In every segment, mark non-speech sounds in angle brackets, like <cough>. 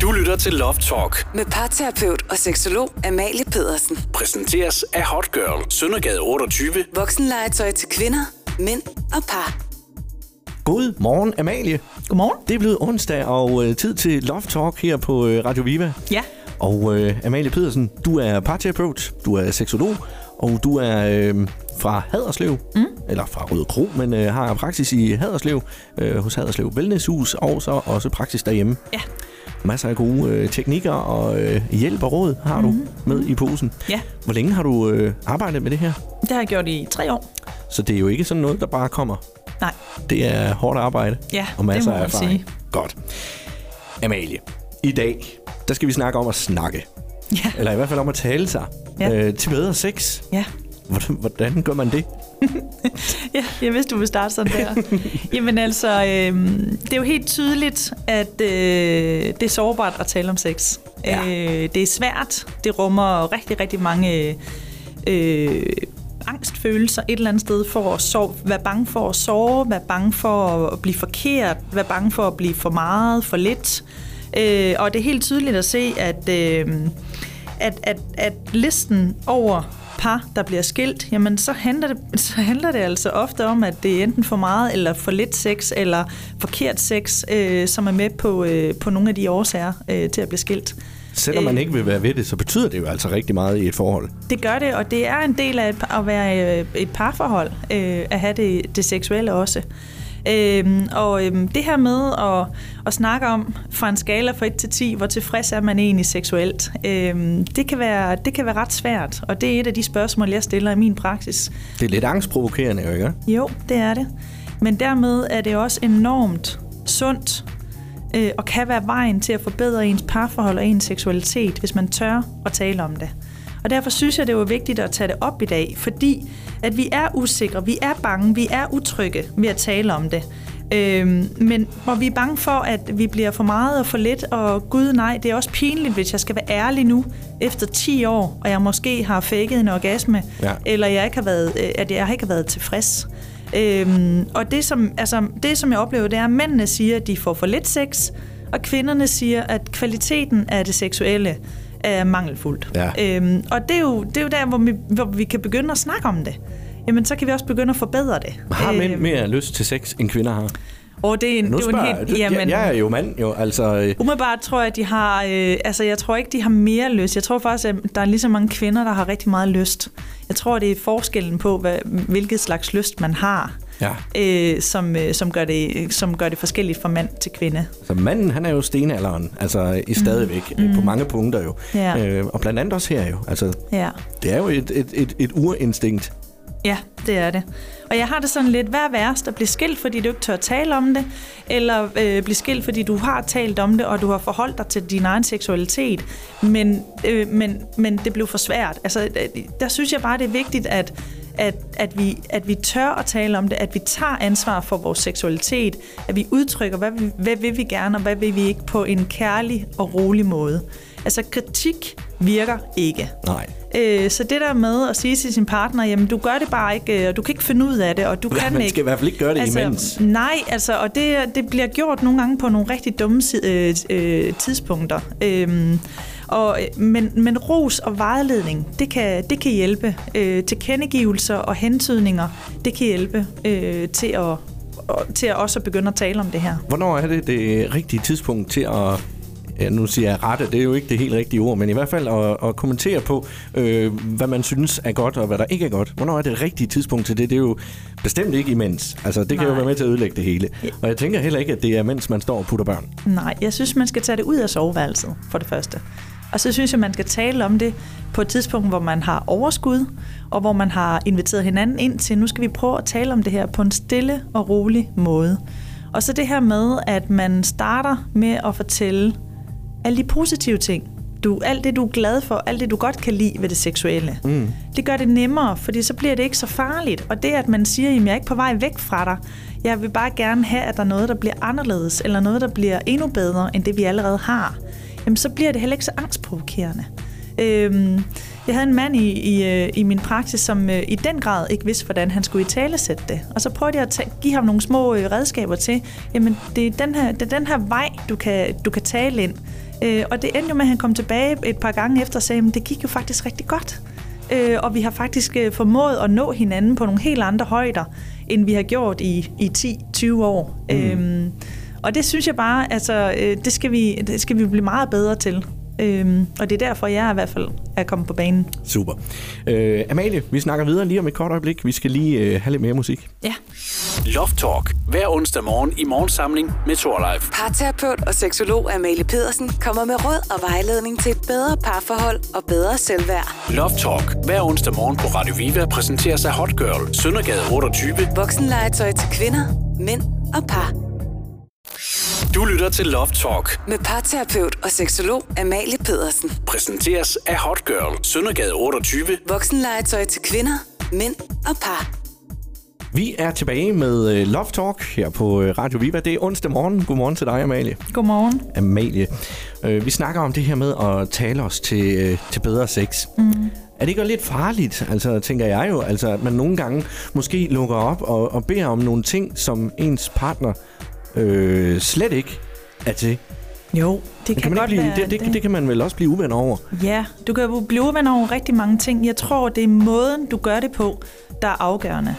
Du lytter til Love Talk. Med parterapeut og seksolog Amalie Pedersen. Præsenteres af Hot Girl. Søndergade 28. Voksenlegetøj til kvinder, mænd og par. God morgen, Amalie. Godmorgen. Det er blevet onsdag og øh, tid til Love Talk her på øh, Radio Viva. Ja. Og øh, Amalie Pedersen, du er parterapeut, du er seksolog, og du er øh, fra Haderslev, mm. eller fra Røde Kro, men øh, har praksis i Haderslev, øh, hos Haderslev Wellnesshus, og så også praksis derhjemme. Ja. Masser af gode øh, teknikker og øh, hjælp og råd har du mm. med i posen. Mhm. Ja. Hvor længe har du øh, arbejdet med det her? Det har jeg gjort i tre år. Så det er jo ikke sådan noget, der bare kommer. Nej. Det er hårdt arbejde. Ja, og masser det må af man erfaring. sige. Godt. Amalie, i dag, der skal vi snakke om at snakke. Ja. Eller i hvert fald om at tale sig ja. Ja. øh, til bedre sex. Ja. Hvordan, hvordan gør man det? ja, jeg vidste, du ville starte sådan der. Jamen altså, øh, det er jo helt tydeligt, at øh, det er sårbart at tale om sex. Ja. Øh, det er svært. Det rummer rigtig, rigtig mange øh, angstfølelser et eller andet sted for at sove, være bange for at sove, være bange for at blive forkert, være bange for at blive for meget, for lidt. Øh, og det er helt tydeligt at se, at, øh, at, at, at listen over par, der bliver skilt, jamen så handler, det, <laughs> så handler det altså ofte om, at det er enten for meget eller for lidt sex, eller forkert sex, øh, som er med på, øh, på nogle af de årsager øh, til at blive skilt. Selvom man Øh. ikke vil være ved det, så betyder det jo altså rigtig meget i et forhold. Det gør det, og det er en del af et, par- at være øh, et parforhold, øh, at have det, det seksuelle også. Øhm, og øhm, det her med at, at snakke om fra en skala fra 1 til 10, hvor tilfreds er man egentlig seksuelt, øhm, det, kan være, det kan være ret svært, og det er et af de spørgsmål, jeg stiller i min praksis. Det er lidt angstprovokerende, jo ikke? Jo, det er det. Men dermed er det også enormt sundt øh, og kan være vejen til at forbedre ens parforhold og ens seksualitet, hvis man tør at tale om det. Og derfor synes jeg, det var vigtigt at tage det op i dag, fordi at vi er usikre, vi er bange, vi er utrygge ved at tale om det. Øhm, men hvor vi er bange for, at vi bliver for meget og for lidt, og gud nej, det er også pinligt, hvis jeg skal være ærlig nu, efter 10 år, og jeg måske har faked en orgasme, Ja. ja eller jeg ikke har været, øh, at jeg ikke har været tilfreds. Øhm, og det som, altså, det, som jeg oplever, det er, at mændene siger, at de får for lidt sex, og kvinderne siger, at kvaliteten af det seksuelle er mangelfuldt. Ja. Øhm, og det er, jo, det er jo der, hvor vi, hvor vi kan begynde at snakke om det. Jamen, så kan vi også begynde at forbedre det. Øhm, Har mænd mere lyst til sex, end kvinder har? Og det er en, Nu det er jo en spørger helt, jeg. jamen, jeg. Jeg er jo mand, jo. Altså, øh, Umiddelbart tror jeg, at de har... Øh, altså, jeg tror ikke, de har mere lyst. Jeg tror faktisk, at der er lige så mange kvinder, der har rigtig meget lyst. Jeg tror, det er forskellen på, hvad, hvilket slags lyst man har, Ja. øh, som, øh, som, gør det, som gør det forskelligt fra mand til kvinde. så manden, han er jo stenalderen. Altså, i stadigvæk. Mm. På mange punkter, jo. Ja. Øh, og blandt andet også her, jo. Altså, Ja. det er jo et, et, et, et urinstinkt. ja, det er det. Og jeg har det sådan lidt, hvad er værst? At blive skilt, fordi du ikke tør tale om det? Eller øh, blive skilt, fordi du har talt om det, og du har forholdt dig til din egen seksualitet, men, øh, men, men det blev for svært? Altså, øh, der synes jeg bare, det er vigtigt, at at, at, vi, at vi tør at tale om det, at vi tager ansvar for vores seksualitet, at vi udtrykker, hvad, vi, hvad vil vi gerne, og hvad vil vi ikke, på en kærlig og rolig måde. Altså kritik virker ikke. Nej. Øh, så det der med at sige til sin partner, jamen du gør det bare ikke, øh, og du kan ikke finde ud af det, <laughs> og du Ja, kan man ikke. skal i hvert fald ikke gøre det altså, imens. Nej, altså, og det, det bliver gjort nogle gange på nogle rigtig dumme si- øh, øh, tidspunkter. Øhm, og, øh, men, men ros og vejledning, det kan, det kan hjælpe. Øh, tilkendegivelser og hentydninger, det kan hjælpe øh, til, at, og, til at også begynde at tale om det her. Hvornår er det det rigtige tidspunkt til at Ja, nu siger jeg rette, det er jo ikke det helt rigtige ord, men i hvert fald at, at kommentere på, øh, hvad man synes er godt og hvad der ikke er godt. Hvornår er det rigtige tidspunkt til det? Det er jo bestemt ikke imens. Altså, det kan Nej. jo Nej. være med til at ødelægge det hele. Og jeg tænker heller ikke, at det er mens man står og putter børn. Nej, jeg synes, man skal tage det ud af soveværelset, for det første. Og så synes jeg, man skal tale om det på et tidspunkt, hvor man har overskud, og hvor man har inviteret hinanden ind til, nu skal vi prøve at tale om det her på en stille og rolig måde. Og så det her med, at man starter med at fortælle alle de positive ting. Du, alt det, du er glad for, alt det, du godt kan lide ved det seksuelle. Mm. Det gør det nemmere, fordi så bliver det ikke så farligt. Og det, at man siger, at jeg er ikke på vej væk fra dig. Jeg vil bare gerne have, at der er noget, der bliver anderledes, eller noget, der bliver endnu bedre, end det, vi allerede har. Jamen, så bliver det heller ikke så angstprovokerende. Øhm, jeg havde en mand i, i, øh, i min praksis, som øh, i den grad ikke vidste, hvordan han skulle i tale sætte det. Og så prøvede jeg at ta- give ham nogle små øh, redskaber til, jamen det er den her, det er den her vej, du kan, du kan tale ind. Øh, og det endte jo med, at han kom tilbage et par gange efter og sagde, at det gik jo faktisk rigtig godt. Øh, og vi har faktisk øh, formået at nå hinanden på nogle helt andre højder, end vi har gjort i, i 10-20 år. Mm. Øhm, og det synes jeg bare, altså, øh, det, skal vi, det skal vi blive meget bedre til. Øhm, og det er derfor, jeg i hvert fald er kommet på banen. Super. Øh, Amalie, vi snakker videre lige om et kort øjeblik. Vi skal lige øh, have lidt mere musik. Ja. Loft Talk. Hver onsdag morgen i morgensamling med Thorlife. Parterapeut og seksolog Amalie Pedersen kommer med råd og vejledning til et bedre parforhold og bedre selvværd. Loft Talk. Hver onsdag morgen på Radio Viva præsenteres af Hot Girl. Søndergade 28. Voksenlegetøj til kvinder, mænd og par. Du lytter til Loft Talk. Med parterapeut og seksolog Amalie Pedersen. Præsenteres af Hot Girl. Søndergade 28. Voksenlegetøj til kvinder, mænd og par. Vi er tilbage med øh, Love Talk her på øh, Radio Viva. Det er onsdag morgen. Godmorgen til dig, Amalie. Godmorgen. Amalie, øh, vi snakker om det her med at tale os til, øh, til bedre sex. Mm. Er det ikke også lidt farligt, altså, tænker jeg jo, altså, at man nogle gange måske lukker op og, og beder om nogle ting, som ens partner øh, slet ikke er til? Jo, det kan, Kan man godt ikke blive, være... det, det, det kan man vel også blive uvenner over. Ja, du kan jo blive uvenner over rigtig mange ting. Jeg tror, det er måden, du gør det på, der er afgørende.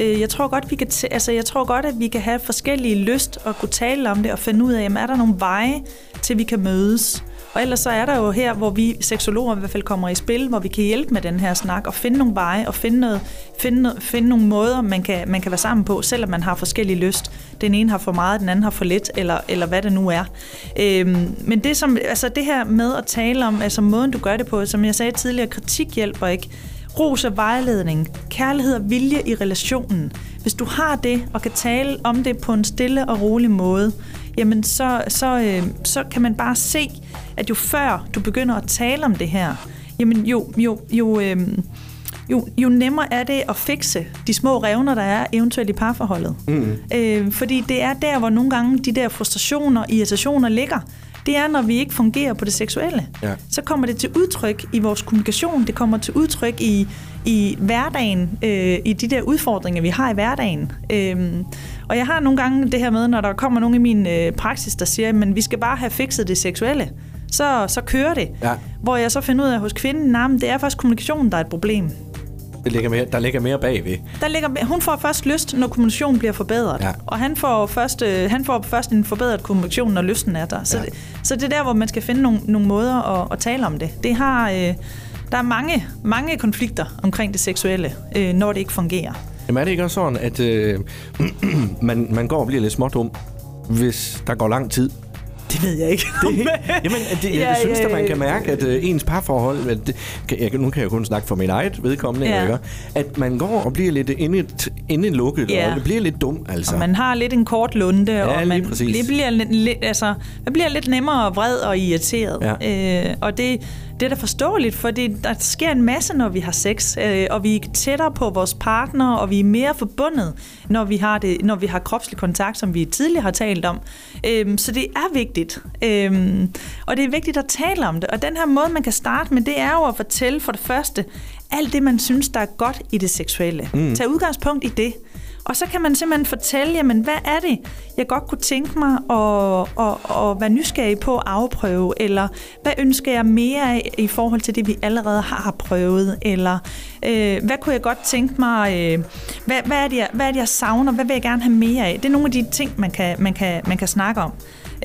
Øh, Jeg tror, godt, vi kan t- altså, jeg tror godt, at vi kan have forskellige lyst og kunne tale om det og finde ud af, jamen, er der nogle veje til, vi kan mødes. Og ellers så er der jo her, hvor vi seksologer i hvert fald kommer i spil, hvor vi kan hjælpe med den her snak og finde nogle veje og finde, noget, finde, noget, finde nogle måder, man kan, man kan være sammen på, selvom man har forskellige lyst. Den ene har for meget, den anden har for lidt, eller, eller hvad det nu er. Øhm, men det, som, altså det her med at tale om, altså måden du gør det på, som jeg sagde tidligere, kritik hjælper ikke. Ros og vejledning, kærlighed og vilje i relationen. Hvis du har det og kan tale om det på en stille og rolig måde, jamen så, så, øh, så kan man bare se, at jo før du begynder at tale om det her, jamen jo, jo, jo, øh, jo, jo nemmere er det at fikse de små revner, der er eventuelt i parforholdet. Mm. Øh, fordi det er der, hvor nogle gange de der frustrationer og irritationer ligger. Det er, når vi ikke fungerer på det seksuelle. Ja. Så kommer det til udtryk i vores kommunikation, det kommer til udtryk i, i hverdagen, øh, i de der udfordringer, vi har i hverdagen. Øhm, og jeg har nogle gange det her med, når der kommer nogen i min øh, praksis, der siger, at vi skal bare have fikset det seksuelle, så, så kører det. Ja. Hvor jeg så finder ud af hos kvinden, at det er faktisk kommunikationen, der er et problem. Det ligger mere, der ligger mere bagved. Der ligger, hun får først lyst, når kommunikationen bliver forbedret. Ja. Og han får, først, øh, han får først en forbedret kommunikation, når lysten er der. Så, Ja. ja. så det er der, hvor man skal finde nogle, nogle måder at, at tale om det. Det har, øh, der er mange, mange konflikter omkring det seksuelle, øh, når det ikke fungerer. Jamen er det ikke også sådan, at øh, <clears throat> man, man går og bliver lidt smådum, hvis der går lang tid? Det ved jeg ikke. Det, <laughs> jamen, at det, ja, jeg Ja, synes, ja, at man ja. kan mærke, at øh, ens parforhold, at det, kan- jeg, nu kan jeg jo kun snakke for min eget vedkommende, Ja. ja. ikke? at man går og bliver lidt indet, indelukket, Ja. og det bliver lidt dum, altså. Og man har lidt en kort lunde, lige og man, præcis. det bliver lidt, lidt, altså, man bliver lidt nemmere vred og irriteret. Ja. Øh, og det, det er da forståeligt, for det, der sker en masse, når vi har sex, øh, og vi er tættere på vores partner, og vi er mere forbundet, når vi har, det, når vi har kropslig kontakt, som vi tidligere har talt om. Øh, så det er vigtigt. Øh, og det er vigtigt at tale om det. Og den her måde, man kan starte med, det er jo at fortælle for det første, alt det, man synes, der er godt i det seksuelle. Mm. Tag udgangspunkt i det. Og så kan man simpelthen fortælle, jamen, hvad er det, jeg godt kunne tænke mig at, at, at være nysgerrig på at afprøve, eller hvad ønsker jeg mere af i forhold til det, vi allerede har prøvet, eller øh, hvad kunne jeg godt tænke mig, øh, hvad, hvad, er det, jeg, hvad er det, jeg savner, hvad vil jeg gerne have mere af? Det er nogle af de ting, man kan, man kan, man kan snakke om.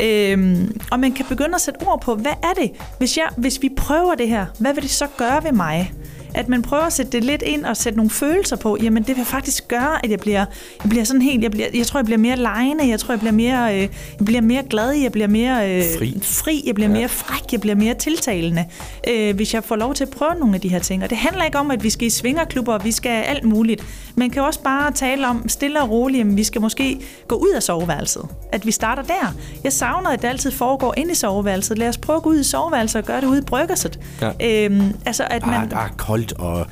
Øhm, og man kan begynde at sætte ord på, hvad er det, hvis, jeg, hvis vi prøver det her, hvad vil det så gøre ved mig? at man prøver at sætte det lidt ind og sætte nogle følelser på, jamen det vil faktisk gøre, at jeg bliver, jeg bliver sådan helt, jeg, bliver, jeg tror, jeg bliver mere lejende, jeg tror, jeg bliver mere, øh, jeg bliver mere glad, jeg bliver mere øh, Fri. fri, jeg bliver ja. mere fræk, jeg bliver mere tiltalende, øh, hvis jeg får lov til at prøve nogle af de her ting. Og det handler ikke om, at vi skal i svingerklubber, og vi skal alt muligt. Man kan også bare tale om stille og roligt, at vi skal måske gå ud af soveværelset. At vi starter der. Jeg savner, at det altid foregår inde i soveværelset. Lad os prøve at gå ud i soveværelset og gøre det ude i bryggerset. Ja. Øhm, altså, at man... Ah, der er koldt, og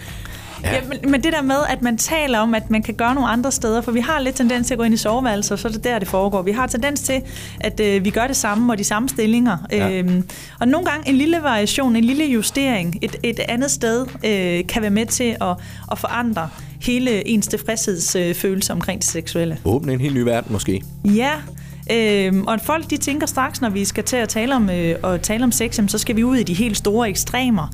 Ja. Ja, men, men det der med, at man taler om, at man kan gøre nogle andre steder, for vi har lidt tendens til at gå ind i soveværelser, så er det der, det foregår. Vi har tendens til, at øh, vi gør det samme og de samme stillinger. Ja. Ja. Øhm, og nogle gange en lille variation, en lille justering et, et andet sted, øh, kan være med til at, at forandre hele ens tilfredshedsfølelse omkring det seksuelle. Åbne en helt ny verden måske. Ja, øhm, og folk de tænker straks, når vi skal til at tale om, øh, at tale om sex, jamen, så skal vi ud i de helt store ekstremer.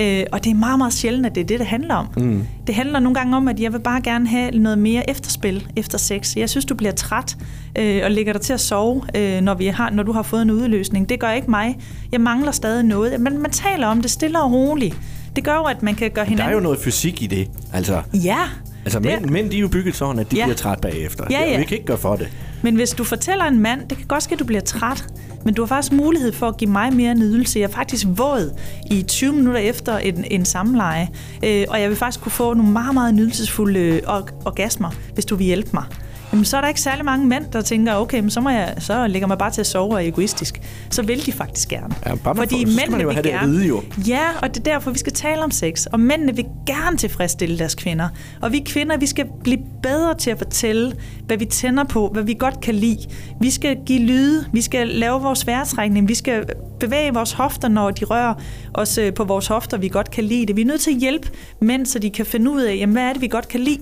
Øh, og det er meget, meget sjældent, at det er det, det handler om. Mm. Det handler nogle gange om, at jeg vil bare gerne have noget mere efterspil efter sex. Jeg synes, du bliver træt øh, og ligger dig til at sove, øh, når, vi har, når du har fået en udløsning. Det gør ikke mig. Jeg mangler stadig noget. Men man taler om det stille og roligt. Det gør jo, at man kan gøre Der hinanden... er jo noget fysik i det. Altså, Ja. altså det er- mænd, mænd, de er jo bygget sådan, at de Ja. bliver træt bagefter. Ja, ja. Vi kan ikke gøre for det. Men hvis du fortæller en mand, det kan godt ske, at du bliver træt, men du har faktisk mulighed for at give mig mere nydelse. Jeg er faktisk våd i 20 minutter efter en, en samleje, øh, og jeg vil faktisk kunne få nogle meget, meget nydelsesfulde øh, org- orgasmer, hvis du vil hjælpe mig. Jamen, så er der ikke særlig mange mænd, der tænker, okay, men så, må jeg, så lægger mig bare til at sove og er egoistisk. Så vil de faktisk gerne. Ja, bare man får- så skal man jo vil have det at vide, jo. Ja, og det er derfor, vi skal tale om sex. Og mændene vil gerne tilfredsstille deres kvinder. Og vi kvinder, vi skal blive bedre til at fortælle, hvad vi tænder på, hvad vi godt kan lide. Vi skal give lyde, vi skal lave vores vejrtrækning, vi skal bevæge vores hofter, når de rører os øh, på vores hofter, vi godt kan lide det. Vi er nødt til at hjælpe mænd, så de kan finde ud af, jamen, hvad er det, vi godt kan lide,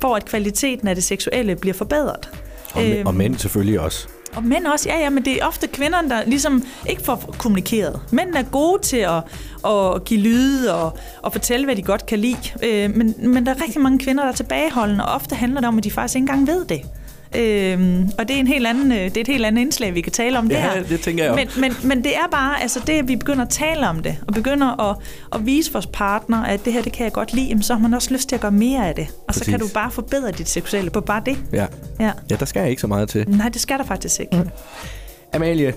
for at kvaliteten af det seksuelle bliver forbedret. Og, øhm. Øhm. og mænd selvfølgelig også. Og mænd også, ja, ja, men det er ofte kvinderne, der ligesom ikke får kommunikeret. Mænd er gode til at, at give lyde og, og fortælle, hvad de godt kan lide. Øh, men, men der er rigtig mange kvinder, der er tilbageholdende, og ofte handler det om, at de faktisk ikke engang ved det. Øhm, og det er, en helt anden, øh, det er et helt andet indslag, vi kan tale om Ja, der. det tænker jeg Men, men, men det er bare, altså det, at vi begynder at tale om det, og begynder at, at vise vores partner, at det her, det kan jeg godt lide, jamen, så har man også lyst til at gøre mere af det. Og Præcis. så kan du Præcis. bare forbedre dit seksuelle på bare det. Ja. Ja. ja, der skal jeg ikke så meget til. Nej, det skal der faktisk ikke. Amalie,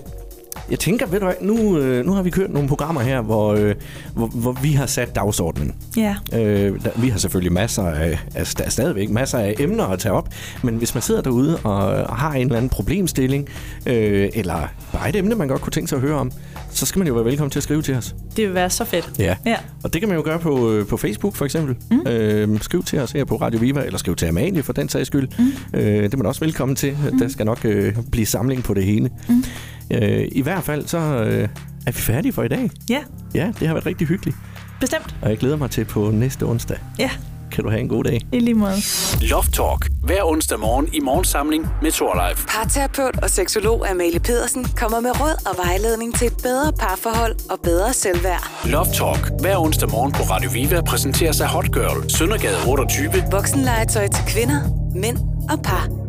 jeg tænker, ved du hvad, nu, øh, nu har vi kørt nogle programmer her, hvor, øh, hvor, hvor vi har sat dagsordenen. Ja. Øh, der, vi har selvfølgelig masser af, altså, der er stadigvæk masser af emner at tage op, men hvis man sidder derude og, og har en eller anden problemstilling, øh, eller bare et emne, man godt kunne tænke sig at høre om, så skal man jo være velkommen til at skrive til os. Det vil være så fedt. Ja. Ja. Og det kan man jo gøre på, øh, på Facebook for eksempel. Mm. Øh, skriv til os her på Radio Viva, eller skriv til Amalie for den sags skyld. Mm. Øh, det er man også velkommen til. Mm. Der skal nok øh, blive samling på det hele. Mm. Øh, I hvert fald så øh, er vi færdige for i dag. ja, Ja, det har været rigtig hyggeligt, bestemt. og jeg glæder mig til på næste onsdag. Ja, Kan du have en god dag. i lige måde. Love Talk. Hver onsdag morgen i morgensamling med Thorleif. Parterapeut og seksolog Amalie Pedersen kommer med råd og vejledning til et bedre parforhold og bedre selvværd. Love Talk. Hver onsdag morgen på Radio Viva præsenteres af Hot Girl. Søndergade 28. Voksenlegetøj til kvinder, mænd og par.